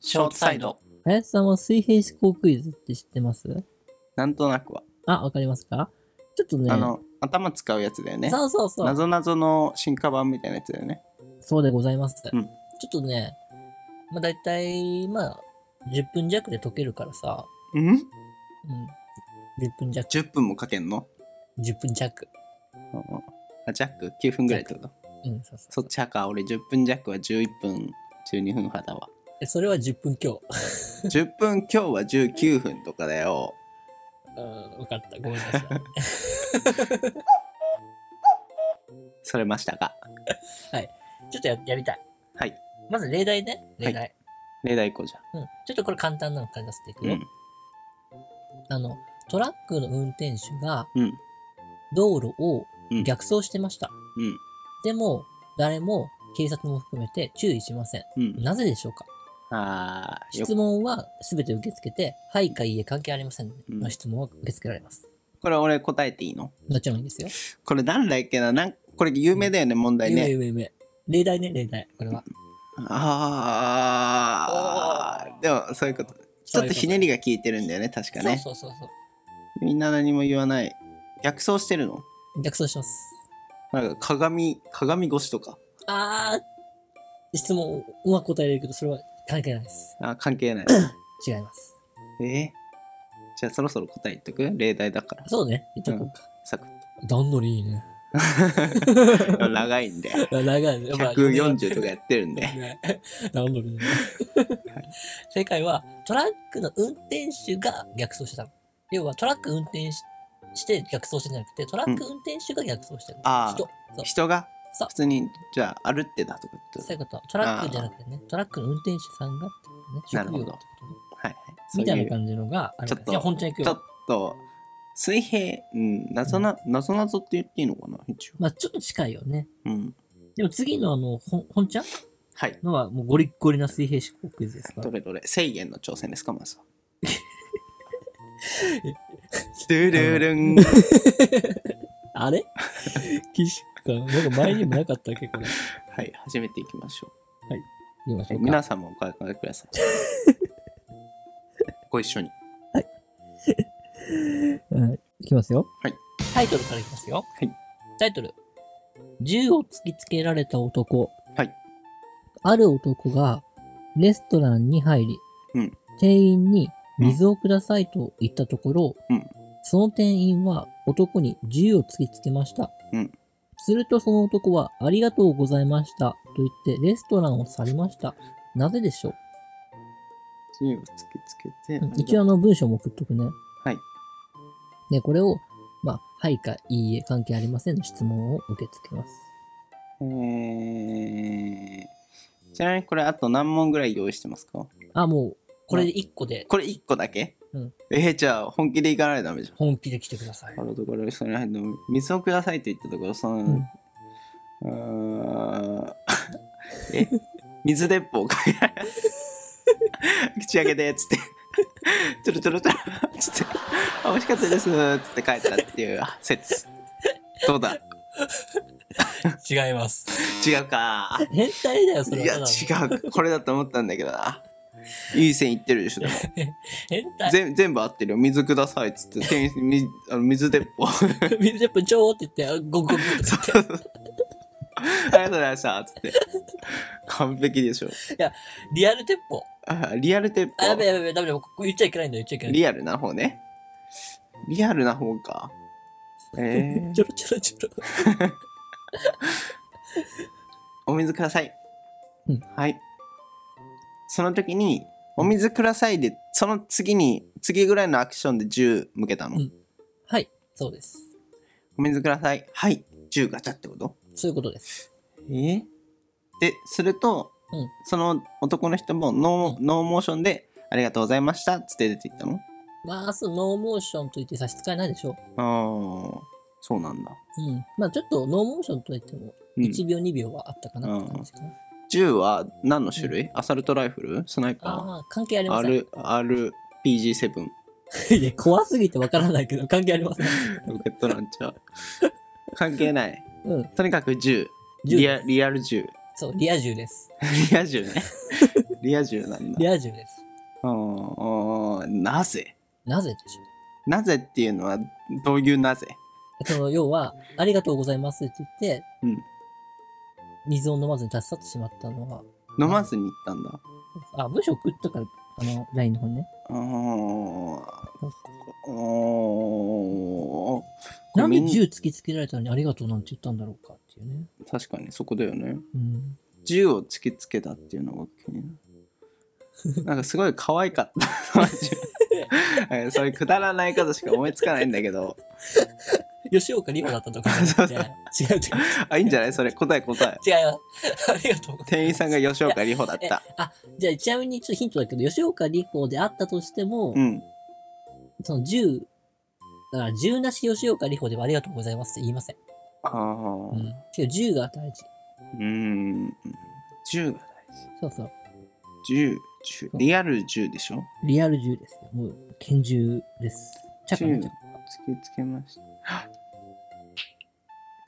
ショートサイド。林さんは水平思考クイズって知ってますなんとなくは。あ、わかりますかちょっとね、あの、頭使うやつだよね。そうそうそうな、ぞなぞの進化版みたいなやつだよね。そうでございます。うんちょっとね、まあ大体、まあ、10分弱で解けるからさ、うんうん、10分弱、 ?10 分もかけんの10分弱。うんうんあ、ジャック ?9 分ぐらいってことうん、そうそうそっち派か。俺10分ジャックは11分、12分派だわ。えそれは10分強。 10分今日は19分とかだよ。うん、わかった。ごめんなさい。それましたか。ちょっとややりたい。はい。まず例題ね、例題。例題行こうじゃうん、ちょっとこれ簡単なのから出していくよ、ん。あの、トラックの運転手がうん。うん。道路をうん逆走してました。うん。でも、誰も警察も含めて注意しません。うん。なぜでしょうかああ、よ質問は全て受け付けて、はいかいいえ関係ありませんうんの質問は受け付けられます。これ俺答えていいのもちろんいいですよ。これなんだっけななんこれ有名だよね、問題夢ね。夢夢。例題ね、例題。これは。ああ、でもそういうこと。ちょっとひねりが効いてるんだよね、確かね。そうそうそうそみんな何も言わない。逆走してるのう。逆走します。なんか鏡、鏡越しとか。あー、質問うまく答えれるけど、それは関係ないです。あー関係 ない。違います。えーじゃあそろそろ答え言っとく例題だから。そうね。言っとこうか。サク段取りいい ね。ッ と。長いんで。長いね。まあ140とかやってるんで。ね。ダウンロードね 正解は、トラックの運転手が逆走してたの。要は、トラック運転しして逆走してんじゃなくて、トラック運転手が逆走してる、あー人。そう。人がそう普通に、じゃあ歩ってだとかってことそういうこと。トラックじゃなくてね、トラックの運転手さんがってことなね、るほど職業ってことねはいはい。そうみたいいなう感じのがあるちょかっら。とじゃあ、本ちゃん行くちょっよ。と、水平、うん、なぞな、なぞなぞって言っていいのかな一応。まあ、ちょっと近いよね。うん。でも次のあの、ほん本ちゃんはい。のはもうゴリッゴリな水平思考クイズですから ど。れどれ。制限の挑戦ですか、ま ずは。ドゥルルン。あれ 岸君、なんか前にもなかったっけこれ。はい、始めていきましょ言いましう。ょうか。皆さんもお考えくだ さい。ご一緒に。うんいきますよ。はい。タイトルからいきますよ。はい。タイトル。銃を突きつけられた男。はい。ある男がレストランに入り、うん店員に水をくださいと言ったところ、うんその店員は男に銃を突きつけました。うんするとその男はありがとうございましたと言ってレストランを去りました。なぜでしょう銃を突きつけてうん。一応あの文章も送っとくね。はい。で、これを、まあ、はいかいいえ関係ありませんの質問を受け付けます。えー、ちなみにこれあと何問ぐらい用意してますかあ、もう、これで1個でこれ1個だけ、うんえー、じゃあ本気でいかないとダメじゃん。本気で来てください。あのところそれ水をくださいと言ったところその、うーん、 え水鉄砲か口開けてっつってちょろちょろちょろつってあ美味しかったですつって帰ったっていうあ説どうだ違います。違うか変態だよ、そいれは。や違ただのうこれだと思ったんだけどないい線いってるでしょでも変態。全全部合ってるよ水くださいっつって店員みあの水鉄砲水鉄砲ちょーって言って、あゴクゴクって言って。ありがとうございましたっつって完璧でしょリアル鉄砲。あリアル鉄砲あ、やべやべやべ、ダメだ、ここ言っちゃいけないんだよ、言っちゃいけない。リアルな方ねリアルな方かえちー、ょろちょろちょろ。お水ください、うんはいその時にお水くださいでその次に次ぐらいのアクションで銃向けたの、うんはい、そうです。お水くださいはい銃ガチャってことそういうことです。えーですると、うんその男の人もノー,、ノーモーションで「ありがとうございました」っつって出ていったのまあ、そうノーモーションと言って差し支えないでしょう。ああそうなんだ、うん。まあ、ちょっとノーモーションと言っても、うん1秒、2秒はあったかなって感じかな。銃は何の種類、アサルトライフルスナイパああ、関係ありーません。 R RPG7 いや、怖すぎてわからないけど、関係ありません。ロケットランチ ャー関係ないうん。とにかく銃銃リアリアル銃そう、リア充です。 リアル銃ねリア充なんだリア充です。うんうんなぜなぜでしょなぜっていうのはどういうなぜう。その要は、ありがとうございますって言って、うん水を飲まずに立ち去ってしまったのは、飲まずに行ったんだあ、文章送ったから、あの、LINE の方にね。うんうんなんみでん銃突きつけられたのにありがとうなんて言ったんだろうかっていうね。確かにそこだよねうん。銃を突きつけたっていうのが気になるなんかすごい可愛かった マジでそういうくだらないことしか思いつかないんだけど吉岡里帆だったとかじゃなく て違う違う。あいいんじゃないそれ答え答え違い ます。ありがとうございます。店員さんが吉岡里帆だったじゃあ、ちなみにちょっとヒントだけど、吉岡里帆であったとしても、うんその銃、だから銃なし吉岡里帆ではありがとうございますって言いません。ああうん。けど銃が大事。うん銃がそうそう。大事銃銃リアル銃でしょリアル銃ですよ。もう、拳銃です。チャカ銃の突チきャカつけました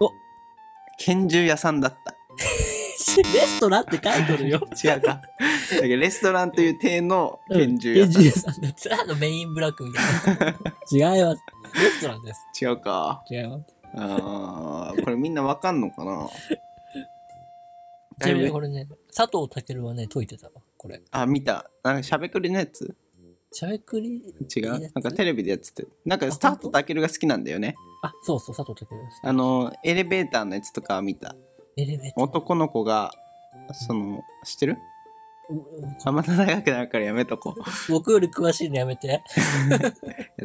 お拳銃屋さんだったレストランって 書いてるよ。違うか。だけどレストランという体のうん 拳銃屋さん。拳銃さんだ。ツラのメインブラックみ たいな。違います。レストランです。違うか。違います。あーこれみんなわかんのかなちなみにこれね、佐藤健はね、解いてたわ。これ。あ、見た。なんかしゃべくりのやつしゃべくり、違う。なんかテレビでやってて。なんかあスタートたけるが好きなんだよね。あ、そうそう、佐藤健です。あの、エレベーターのやつとかは見た。エレベーター。男の子が、その、知ってるうんうんあんま長くなるからやめとこ う。僕より詳しいのやめて。いや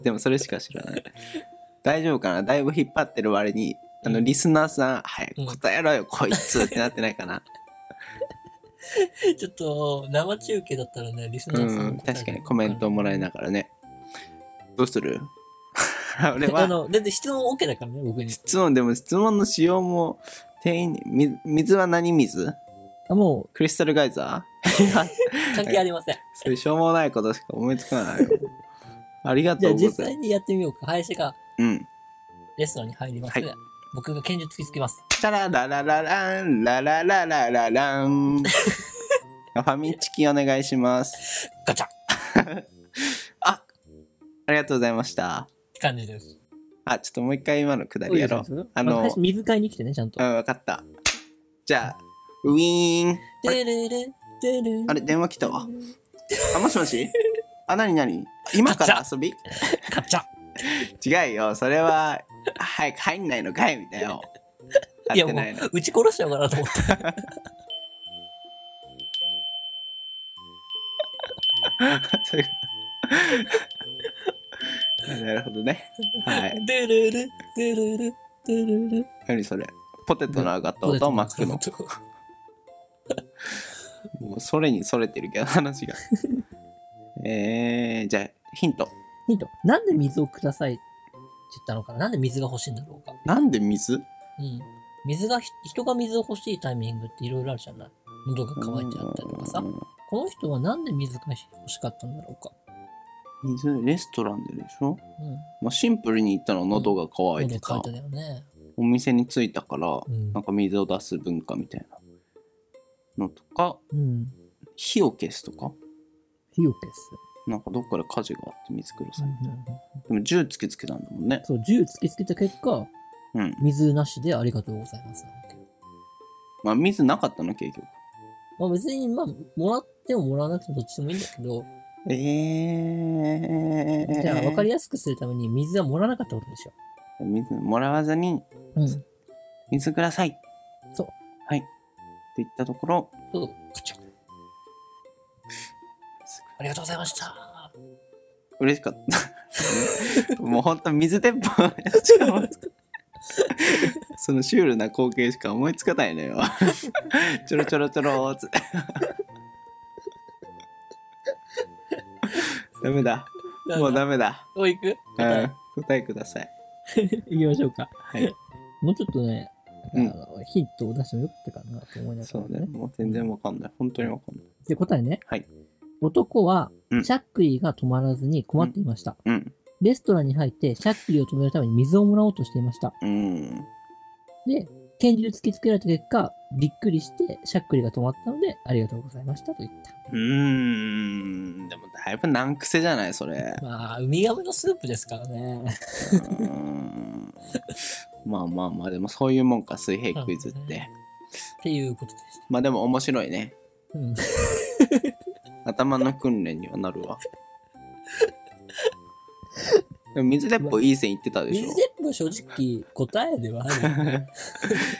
でもそれしか知らない。大丈夫かなだいぶ引っ張ってる割に、あの、リスナーさん、早く答えろよ、こいつってなってないかな。ちょっと、生中継だったらね、リスナーさうん、ん、確かにコメントをもらいながらね。どうす る俺あはの、全然質問 OK だからね、僕に。質問でも質問の仕様も店員にみ水は何水あ、もクリスタルガイザーい やう、関係ありません。そういうしょうもないことしか思いつかないよ。ありがじとゃあうご実ざい際にやってみようか。林がます。うん。レストランに入ります。はい僕が拳銃突きつけます。チャララララランララララララ ン。ファミチキお願いします。ガチャっありがとうございました。て感じです。あ、ちょっともう一回今のくだりやろう。うあの林水買いに来てね、ちゃんとう。ん、わかった。じゃあ、ウィーン。てるるてるあれ、電話来たわ。あ、もしもしあ、なになに今から遊びガチャ違うよ、それは、早く入んないのかいみたいな。い入やってもないのう、。撃ち殺しちゃうかなと思った。 そういうなるほどね。はい。てるるてるるてるる何それポテトの上がったとマックの。もうそれにそれてるけど、話が。 えー、じゃあ、ヒント。 ヒント。なんで水をくださいって言ったのかななんで水が欲しいんだろうか。なんで水うん。水がひ、人が水を欲しいタイミングっていろいろあるじゃない喉が渇いてあったりとかさう。んこの人はなんで水が欲しかったんだろうか。水、レストランででしょ、うん。まあ、シンプルに言ったら喉が渇い喉て渇たい。ただよね。お店に着いたから、うんなん。か水を出す文化みたいなのとか、うん。火を消すとか、火を消す。なんかどっかで火事があって水くだうさいんみたいな。でも銃突きつけたんだもんね。そう、銃突きつけた結果、うん。水なしでありがとうございますなわけ。まあ水なかったの、結局。まあ別に、まあ、もらってももらわなくてもどっちでもいいんだけど、えー。じゃあ分かりややすくするために水はもらわなかったことでしょ。水もらわずに、うん。そう。水くださいってそう言ったところ、そう。カチャありがとうございました。嬉しか った。もうほんと水鉄砲しか思いつかないそのシュールな光景しか思いつかないのよ。ちょろちょろちょろーっつって。ダメだ。もうダメ。メだ。もう行くうん、答えください。行きましょうか。はい。もうちょっとね、うんあのヒントを出してもよかったかなと思いながそらうね。。もう全然わかんない。本当にわかんない。で、答えね。はい。男は、うんシャックリが止まらずに困っていました。うん。レストランに入って、シャックリを止めるために水をもらおうとしていました。うん。で、拳銃突きつけられた結果、びっくりして、しゃっくりが止まったので、ありがとうございましたと言った。うーんでもだいぶ難癖じゃないそれ まあ、ウミガメのスープですからね。う ーんまあまあまあでもそういうもんか水平クイズっうんてっていうことでしまあでも面白いねた。うん。頭の訓練にはなるわでも水鉄砲いい線いってたでし水ょ鉄砲正直答えではあ るよね。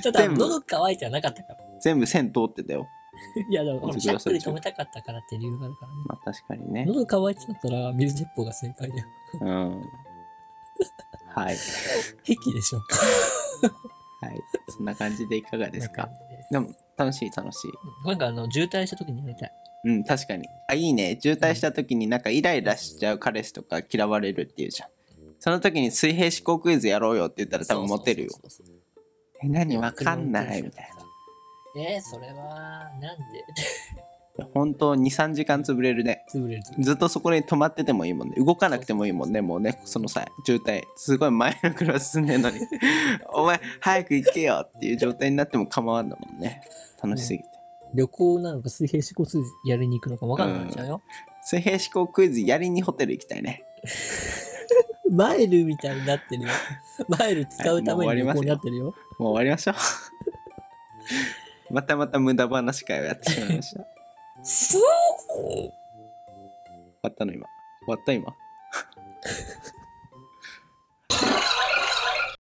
ちょっとあの全部喉乾いてはなかったから。全部線通ってたよいや、でもほら、水しゃ出っさくれりちゃ止うめたかったからって理由があるからね。まあ確かにね喉乾いてたら、水鉄砲が正解だよ。うんはい癖でしょ。はいそんな感じでいかがですかこんな感じですでも楽しい楽しいうんなんかあの、渋滞した時にやりたい。うん確かにあいいね渋滞した時になんかイライラしちゃう彼氏とか嫌われるっていうじゃんその時に水平思考クイズやろうよって言ったら多分モテるよそうそうそうそう。え何わかんないみたいなな。えー、それは、なんで本当23時間潰れるね潰れるとずっとそこに止まっててもいいもんね動かなくてもいいもんねもうねその際渋滞すごい前の車進んでんの にお前早く行けよっていう状態になっても構わんだもんね楽しすぎて、旅行なのか水平思考通やりに行くのか分かんないじゃうよ。水平思考クイズやりにホテル行きたいねマイルみたいになってるよ。マイル使うために旅行になってるよ。もう終わりましょ うまたまた無駄話会をやってしまいましたそ終うわったの今終わった今